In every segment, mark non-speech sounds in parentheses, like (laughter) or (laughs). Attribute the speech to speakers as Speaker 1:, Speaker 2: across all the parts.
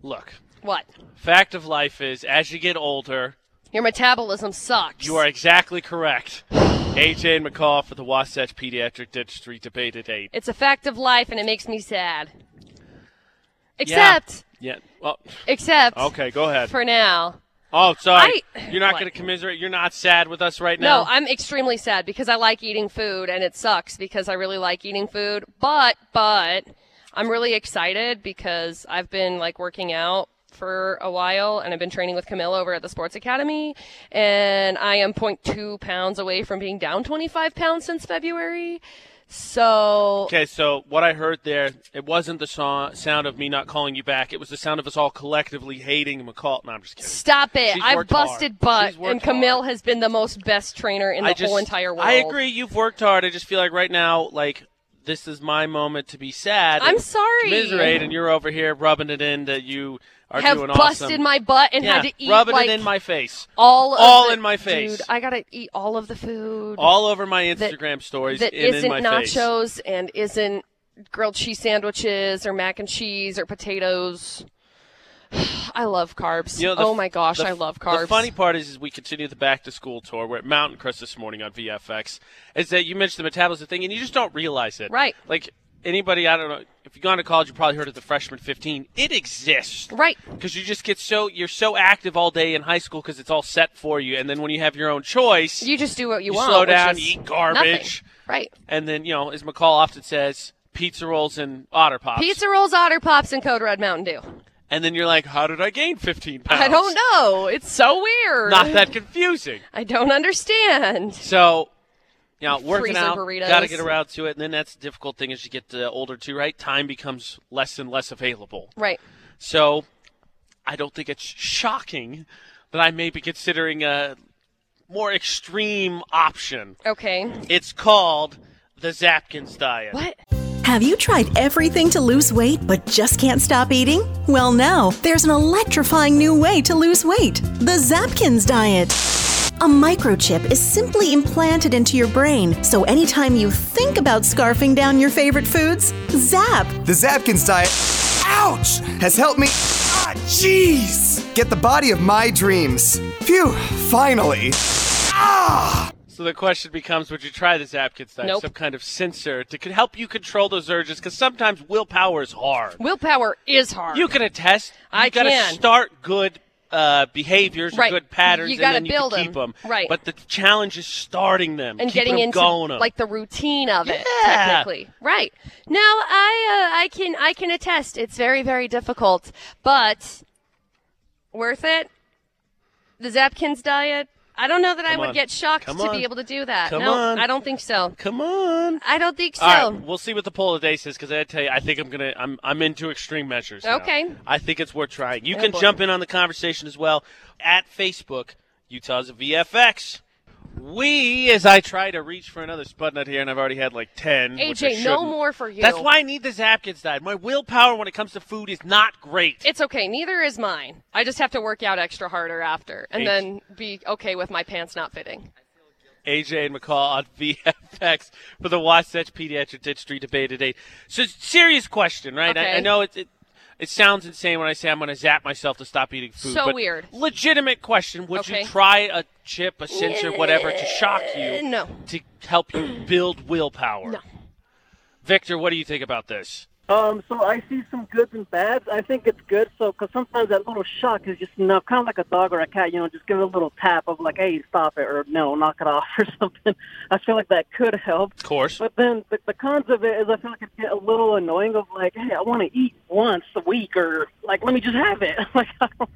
Speaker 1: Look,
Speaker 2: What?
Speaker 1: fact of life is as you get older,
Speaker 2: Your metabolism sucks.
Speaker 1: you are exactly correct. AJ and McCall for the Wasatch Pediatric Dentistry Debate at 8.
Speaker 2: It's a fact of life, and it makes me sad.
Speaker 1: Yeah.
Speaker 2: Except,
Speaker 1: Yeah. Well,
Speaker 2: except
Speaker 1: okay, go ahead.
Speaker 2: for now.
Speaker 1: Oh, sorry.
Speaker 2: I-
Speaker 1: You're not
Speaker 2: What?
Speaker 1: going to commiserate. You're not sad with us right
Speaker 2: No.
Speaker 1: now.
Speaker 2: I'm extremely sad because I like eating food, and it sucks because I really like eating food. But, but, I'm really excited because I've been like working out for a while, and I've been training with Camille over at the Sports Academy, and I am 0.2 pounds away from being down 25 pounds since February. So
Speaker 1: Okay, so what I heard there, it wasn't the song, sound of me not calling you back. It was the sound of us all collectively hating McCall. No, I'm just kidding.
Speaker 2: Stop it.
Speaker 1: She's
Speaker 2: I've
Speaker 1: worked hard.
Speaker 2: busted
Speaker 1: She's
Speaker 2: butt,
Speaker 1: worked
Speaker 2: and Camille has been the most best trainer in the
Speaker 1: I just,
Speaker 2: whole entire world.
Speaker 1: I agree. You've worked hard. I just feel like right now, like this is my moment to be sad.
Speaker 2: I'm
Speaker 1: and
Speaker 2: sorry.
Speaker 1: Commiserate, and you're over here rubbing it in that you are
Speaker 2: Have
Speaker 1: doing
Speaker 2: busted
Speaker 1: awesome.
Speaker 2: my butt and
Speaker 1: yeah,
Speaker 2: had to eat
Speaker 1: rubbing
Speaker 2: like
Speaker 1: it in my face,
Speaker 2: all of
Speaker 1: all
Speaker 2: the-
Speaker 1: in my face.
Speaker 2: Dude, I gotta eat all of the food
Speaker 1: all over my
Speaker 2: that-
Speaker 1: Instagram stories,
Speaker 2: that
Speaker 1: and
Speaker 2: isn't
Speaker 1: in my face.
Speaker 2: nachos and isn't grilled cheese sandwiches or mac and cheese or potatoes. (sighs) I love carbs.
Speaker 1: You know, the
Speaker 2: oh
Speaker 1: f-
Speaker 2: my gosh,
Speaker 1: the
Speaker 2: I
Speaker 1: f-
Speaker 2: love carbs.
Speaker 1: The funny part is, is we continue the back to school tour. We're at Mountain Crest this morning on VFX. Is that you mentioned the metabolism thing, and you just don't realize it,
Speaker 2: Right.
Speaker 1: Like anybody, I don't know. If you've gone to college, you probably heard of the freshman 15. It exists,
Speaker 2: Right.
Speaker 1: Because you just get so you're so active all day in high school because it's all set for you, and then when you have your own choice,
Speaker 2: You just do what you,
Speaker 1: You
Speaker 2: want.
Speaker 1: slow
Speaker 2: which
Speaker 1: down,
Speaker 2: is
Speaker 1: eat garbage.
Speaker 2: nothing. Right.
Speaker 1: and then you know, as McCall often says, pizza rolls and otter pops.
Speaker 2: Pizza rolls, otter pops, and Code Red Mountain Dew.
Speaker 1: and then you're like, how did I gain 15 pounds?
Speaker 2: I don't know. It's so weird.
Speaker 1: Not that confusing.
Speaker 2: I don't understand.
Speaker 1: So, you know, working
Speaker 2: Freezer
Speaker 1: out,
Speaker 2: burritos.
Speaker 1: got to get around to it. And then that's the difficult thing as you get uh, older too, right? Time becomes less and less available.
Speaker 2: Right.
Speaker 1: So, I don't think it's shocking that I may be considering a more extreme option.
Speaker 2: Okay.
Speaker 1: It's called the Zapkins diet.
Speaker 2: What?
Speaker 3: Have you tried everything to lose weight but just can't stop eating? Well, now there's an electrifying new way to lose weight the Zapkins diet. A microchip is simply implanted into your brain, so anytime you think about scarfing down your favorite foods, zap!
Speaker 4: The Zapkins diet, ouch, has helped me. Ah, jeez! Get the body of my dreams. Phew, finally.
Speaker 1: So the question becomes: Would you try the Zapkins diet?
Speaker 2: Nope.
Speaker 1: Some kind of sensor to could help you control those urges, because sometimes willpower is hard.
Speaker 2: Willpower is hard.
Speaker 1: You can attest. You
Speaker 2: I
Speaker 1: gotta
Speaker 2: can.
Speaker 1: Start good uh, behaviors, or
Speaker 2: Right.
Speaker 1: good patterns.
Speaker 2: You gotta
Speaker 1: and then
Speaker 2: build
Speaker 1: you
Speaker 2: 'em.
Speaker 1: can keep them.
Speaker 2: Right.
Speaker 1: But the challenge is starting them
Speaker 2: and
Speaker 1: keeping
Speaker 2: getting
Speaker 1: 'em
Speaker 2: into
Speaker 1: going 'em.
Speaker 2: like the routine of it
Speaker 1: Yeah.
Speaker 2: technically right now i uh, i can i can attest it's very very difficult but worth it the zapkins diet i don't know that i
Speaker 1: Come
Speaker 2: would
Speaker 1: on.
Speaker 2: get shocked
Speaker 1: Come
Speaker 2: to
Speaker 1: on.
Speaker 2: be able to do that
Speaker 1: Come
Speaker 2: no
Speaker 1: on.
Speaker 2: i don't think so
Speaker 1: Come on.
Speaker 2: i don't think so
Speaker 1: All right, we'll see what the poll today says because I tell you, I think I'm gonna, I'm, I'm into extreme measures. now.
Speaker 2: Okay.
Speaker 1: I think it's worth trying. You can
Speaker 2: boy.
Speaker 1: jump in on the conversation as well at Facebook Utah's VFX. We, as I try to reach for another spud nut here, and I've already had like ten. which I
Speaker 2: aj no
Speaker 1: shouldn't.
Speaker 2: more for you
Speaker 1: That's why I need the Zapkins diet. My willpower when it comes to food is not great.
Speaker 2: It's okay. Neither is mine. I just have to work out extra harder after and
Speaker 1: Eight.
Speaker 2: then be okay with my pants not fitting.
Speaker 1: AJ and McCall on (laughs) VFX for the Wasatch Pediatric Dentistry Debate today. So, serious question, right? I,
Speaker 2: Okay.
Speaker 1: I know it, it it sounds insane when I say I'm going to zap myself to stop eating food.
Speaker 2: So
Speaker 1: but
Speaker 2: weird.
Speaker 1: Legitimate question: Would
Speaker 2: Okay. Uh,
Speaker 1: you try a chip, a sensor, whatever, to shock you?
Speaker 2: no.
Speaker 1: To help
Speaker 2: (clears throat)
Speaker 1: you build willpower.
Speaker 2: No.
Speaker 1: Victor, what do you think about this?
Speaker 5: Um, so I see some goods and bads. I think it's good. So, because sometimes that little shock is just enough, kind of like a dog or a cat, you know, just give it a little tap of like, hey, stop it, or no, knock it off, (laughs) or something. I feel like that could help.
Speaker 1: Of course.
Speaker 5: But then the, the cons of it is I feel like it get a little annoying of like, hey, I want to eat once a week or like, let me just have it. (laughs) like, I, don't,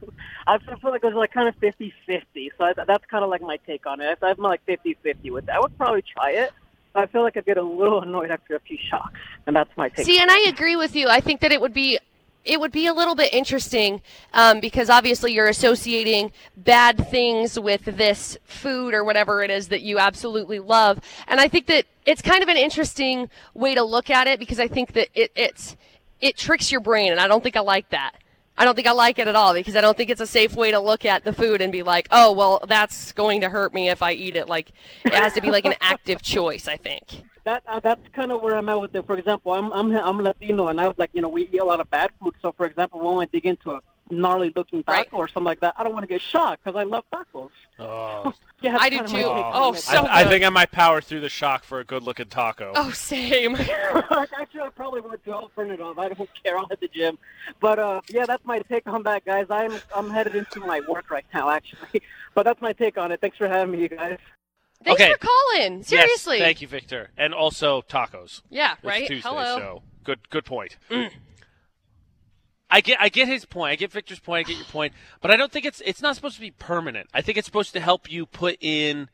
Speaker 5: I feel feel like it was like kind of fifty fifty. So I, that's kind of like my take on it. I'm like fifty fifty with it. I would probably try it. But I feel like I get a little annoyed after a few shocks. And that's my take.
Speaker 2: See, and I agree with you. I think that it would be it would be a little bit interesting um, because obviously you're associating bad things with this food or whatever it is that you absolutely love, and I think that it's kind of an interesting way to look at it because I think that it it's it tricks your brain, and I don't think I like that. I don't think I like it at all because I don't think it's a safe way to look at the food and be like, oh, well, that's going to hurt me if I eat it. Like, it has to be like an active choice, I think.
Speaker 5: that uh, that's kind of where I'm at with it. For example, I'm I'm I'm Latino, and I was like, you know, we eat a lot of bad food. So, for example, when I dig into a gnarly looking taco
Speaker 2: Right.
Speaker 5: or something like that, I don't want to get shot because I love tacos.
Speaker 1: Oh,
Speaker 5: Yeah, that's
Speaker 2: I do
Speaker 5: kinda
Speaker 2: too.
Speaker 5: my take on
Speaker 2: Oh,
Speaker 5: it.
Speaker 2: so
Speaker 1: I, I
Speaker 2: good.
Speaker 1: think I might power through the shock for a good-looking taco.
Speaker 2: Oh, same.
Speaker 5: (laughs) Actually, I probably would too. I'll turn it off. I don't (laughs) care. I'll hit the gym. But uh, yeah, that's my take on that, guys. I'm I'm headed into my work right now, actually. (laughs) But that's my take on it. Thanks for having me, you guys.
Speaker 2: Thanks
Speaker 1: Okay.
Speaker 2: for calling. Seriously.
Speaker 1: Yes, thank you, Victor, and also tacos.
Speaker 2: Yeah,
Speaker 1: It's
Speaker 2: right?
Speaker 1: Tuesday,
Speaker 2: Hello. Mm.
Speaker 1: so good good point. I get I get his point. I get Victor's point. I get your point. But I don't think it's it's not supposed to be permanent. I think it's supposed to help you put in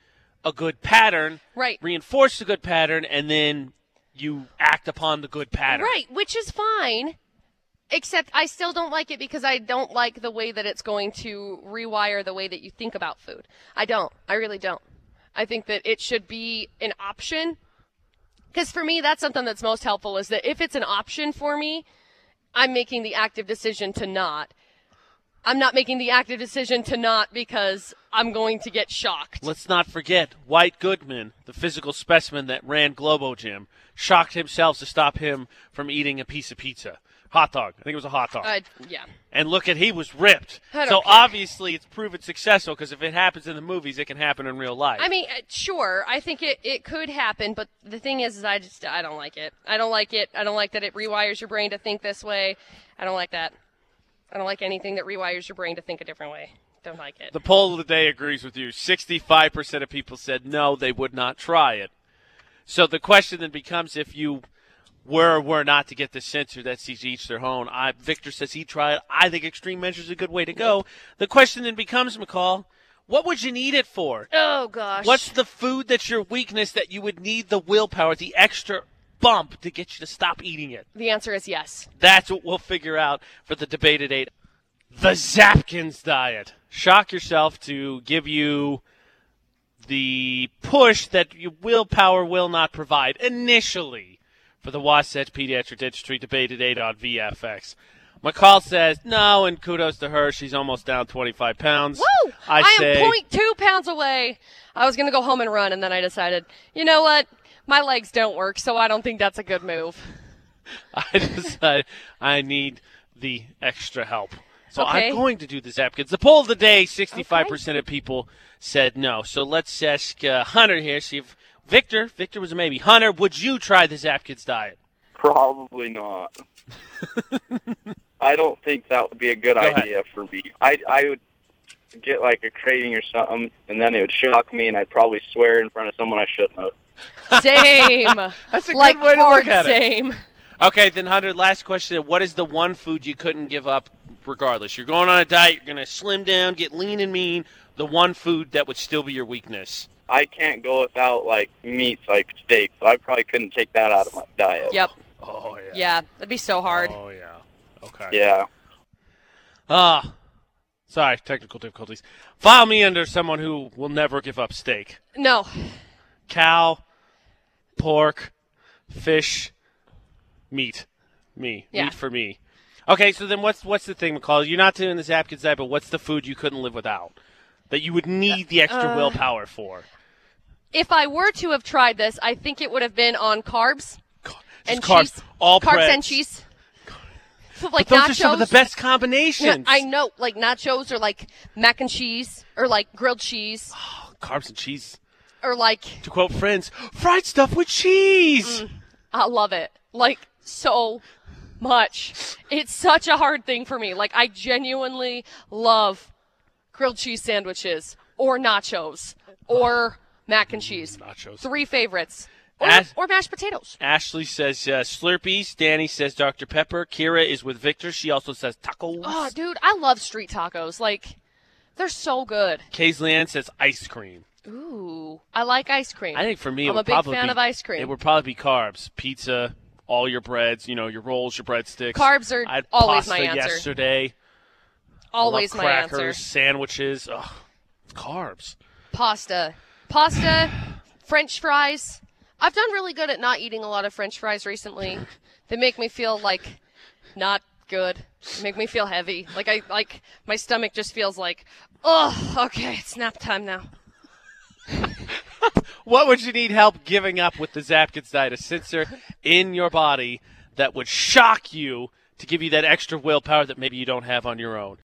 Speaker 1: a good pattern,
Speaker 2: Right.
Speaker 1: reinforce the good pattern, and then you act upon the good pattern.
Speaker 2: Right, which is fine. Except I still don't like it because I don't like the way that it's going to rewire the way that you think about food. I don't. I really don't. I think that it should be an option. Because for me, that's something that's most helpful is that if it's an option for me, I'm making the active decision to not. I'm not making the active decision to not because I'm going to get shocked.
Speaker 1: Let's not forget White Goodman, the physical specimen that ran Globo Gym, shocked himself to stop him from eating a piece of pizza, hot dog. I think it was a hot dog.
Speaker 2: Uh, yeah.
Speaker 1: And look at he was ripped.
Speaker 2: I don't
Speaker 1: So
Speaker 2: care.
Speaker 1: obviously it's proven successful because if it happens in the movies, it can happen in real life.
Speaker 2: I mean, uh, sure, I think it, it could happen, but the thing is, is I just I don't like it. I don't like it. I don't like that it rewires your brain to think this way. I don't like that. I don't like anything that rewires your brain to think a different way. Don't like it.
Speaker 1: the poll of the day agrees with you. 65% of people said no, they would not try it. So the question then becomes if you were or were not to get this censored, that's each, each their own. I, Victor says he tried. I think extreme measures is a good way to go. The question then becomes, McCall, what would you need it for?
Speaker 2: oh gosh.
Speaker 1: What's the food that's your weakness that you would need the willpower, the extra bump to get you to stop eating it?
Speaker 2: the answer is yes.
Speaker 1: That's what we'll figure out for the debate at 8. The Zapkins diet. Shock yourself to give you the push that your willpower will not provide initially for the Wasatch Pediatric Dentistry debate at 8 on VFX. McCall says no, and kudos to her. She's almost down 25 pounds.
Speaker 2: Woo!
Speaker 1: I, say,
Speaker 2: am 0.2 pounds away. I was gonna go home and run, and then I decided, you know what? My legs don't work, so I don't think that's a good
Speaker 1: (laughs)
Speaker 2: move.
Speaker 1: I decide I need the extra help. So
Speaker 2: Okay.
Speaker 1: I'm going to do the Zapkins. The poll of the day, 65% of people said no. So let's ask uh, Hunter here, see if Victor, Victor was a maybe. Hunter, would you try the Zapkins diet? (laughs)
Speaker 6: Probably not. I don't think that would be a good
Speaker 1: Go ahead.
Speaker 6: idea for me. I I would get like a craving or something, and then it would shock me, and I'd probably swear in front of someone I shouldn't have.
Speaker 2: Same.
Speaker 1: That's a
Speaker 2: like
Speaker 1: good way to
Speaker 2: hard
Speaker 1: look at it.
Speaker 2: same.
Speaker 1: Okay, then Hunter, last question. What is the one food you couldn't give up regardless? You're going on a diet, you're going to slim down, get lean and mean. The one food that would still be your weakness.
Speaker 6: I can't go without like meats, like steak. So I probably couldn't take that out of my diet.
Speaker 2: Yep.
Speaker 1: Oh, yeah.
Speaker 2: Yeah. That'd be so hard.
Speaker 1: Oh, yeah. Okay.
Speaker 6: Yeah.
Speaker 1: Ah, sorry, technical difficulties. File me under someone who will never give up steak.
Speaker 2: No.
Speaker 1: Cow, pork, fish, meat. Me.
Speaker 2: Yeah.
Speaker 1: Meat for me. Okay, so then what's what's the thing, McCall? You're not doing the Zapkins diet, but what's the food you couldn't live without? That you would need the extra
Speaker 2: Uh,
Speaker 1: willpower for?
Speaker 2: if I were to have tried this, I think it would have been on carbs
Speaker 1: God, just
Speaker 2: and
Speaker 1: carbs.
Speaker 2: cheese.
Speaker 1: All
Speaker 2: carbs
Speaker 1: breads.
Speaker 2: and cheese. So,
Speaker 1: But
Speaker 2: like
Speaker 1: those
Speaker 2: nachos.
Speaker 1: are some of the best combinations.
Speaker 2: I know, like nachos or like mac and cheese or like grilled cheese
Speaker 1: Carbs and cheese.
Speaker 2: or like
Speaker 1: To quote friends, fried stuff with cheese.
Speaker 2: I love it. Like so much. It's such a hard thing for me. Like I genuinely love grilled cheese sandwiches or nachos or mac and cheese.
Speaker 1: nachos.
Speaker 2: Three favorites. Or,
Speaker 1: As-
Speaker 2: or mashed potatoes.
Speaker 1: Ashley says uh, Slurpees. Danny says Dr. Pepper. Kira is with Victor. She also says tacos.
Speaker 2: Oh, dude, I love street tacos. Like, they're so good.
Speaker 1: Kaisley Ann says ice cream.
Speaker 2: Ooh, I like ice cream.
Speaker 1: I think for me,
Speaker 2: I'm
Speaker 1: it would
Speaker 2: a big
Speaker 1: probably
Speaker 2: fan
Speaker 1: be-
Speaker 2: of ice cream.
Speaker 1: It would probably be carbs, pizza, all your breads, you know, your rolls, your breadsticks.
Speaker 2: Carbs are
Speaker 1: I had
Speaker 2: always
Speaker 1: pasta
Speaker 2: my answer.
Speaker 1: Yesterday, I love
Speaker 2: Always my
Speaker 1: crackers,
Speaker 2: answer.
Speaker 1: sandwiches. Ugh, carbs.
Speaker 2: Pasta, pasta, French fries. I've done really good at not eating a lot of French fries recently. they make me feel like not good. They make me feel heavy. Like I like my stomach just feels like, oh, okay, it's nap time now.
Speaker 1: What would you need help giving up with the Zapkins diet? A
Speaker 2: (laughs)
Speaker 1: sensor in your body that would shock you to give you that extra willpower that maybe you don't have on your own.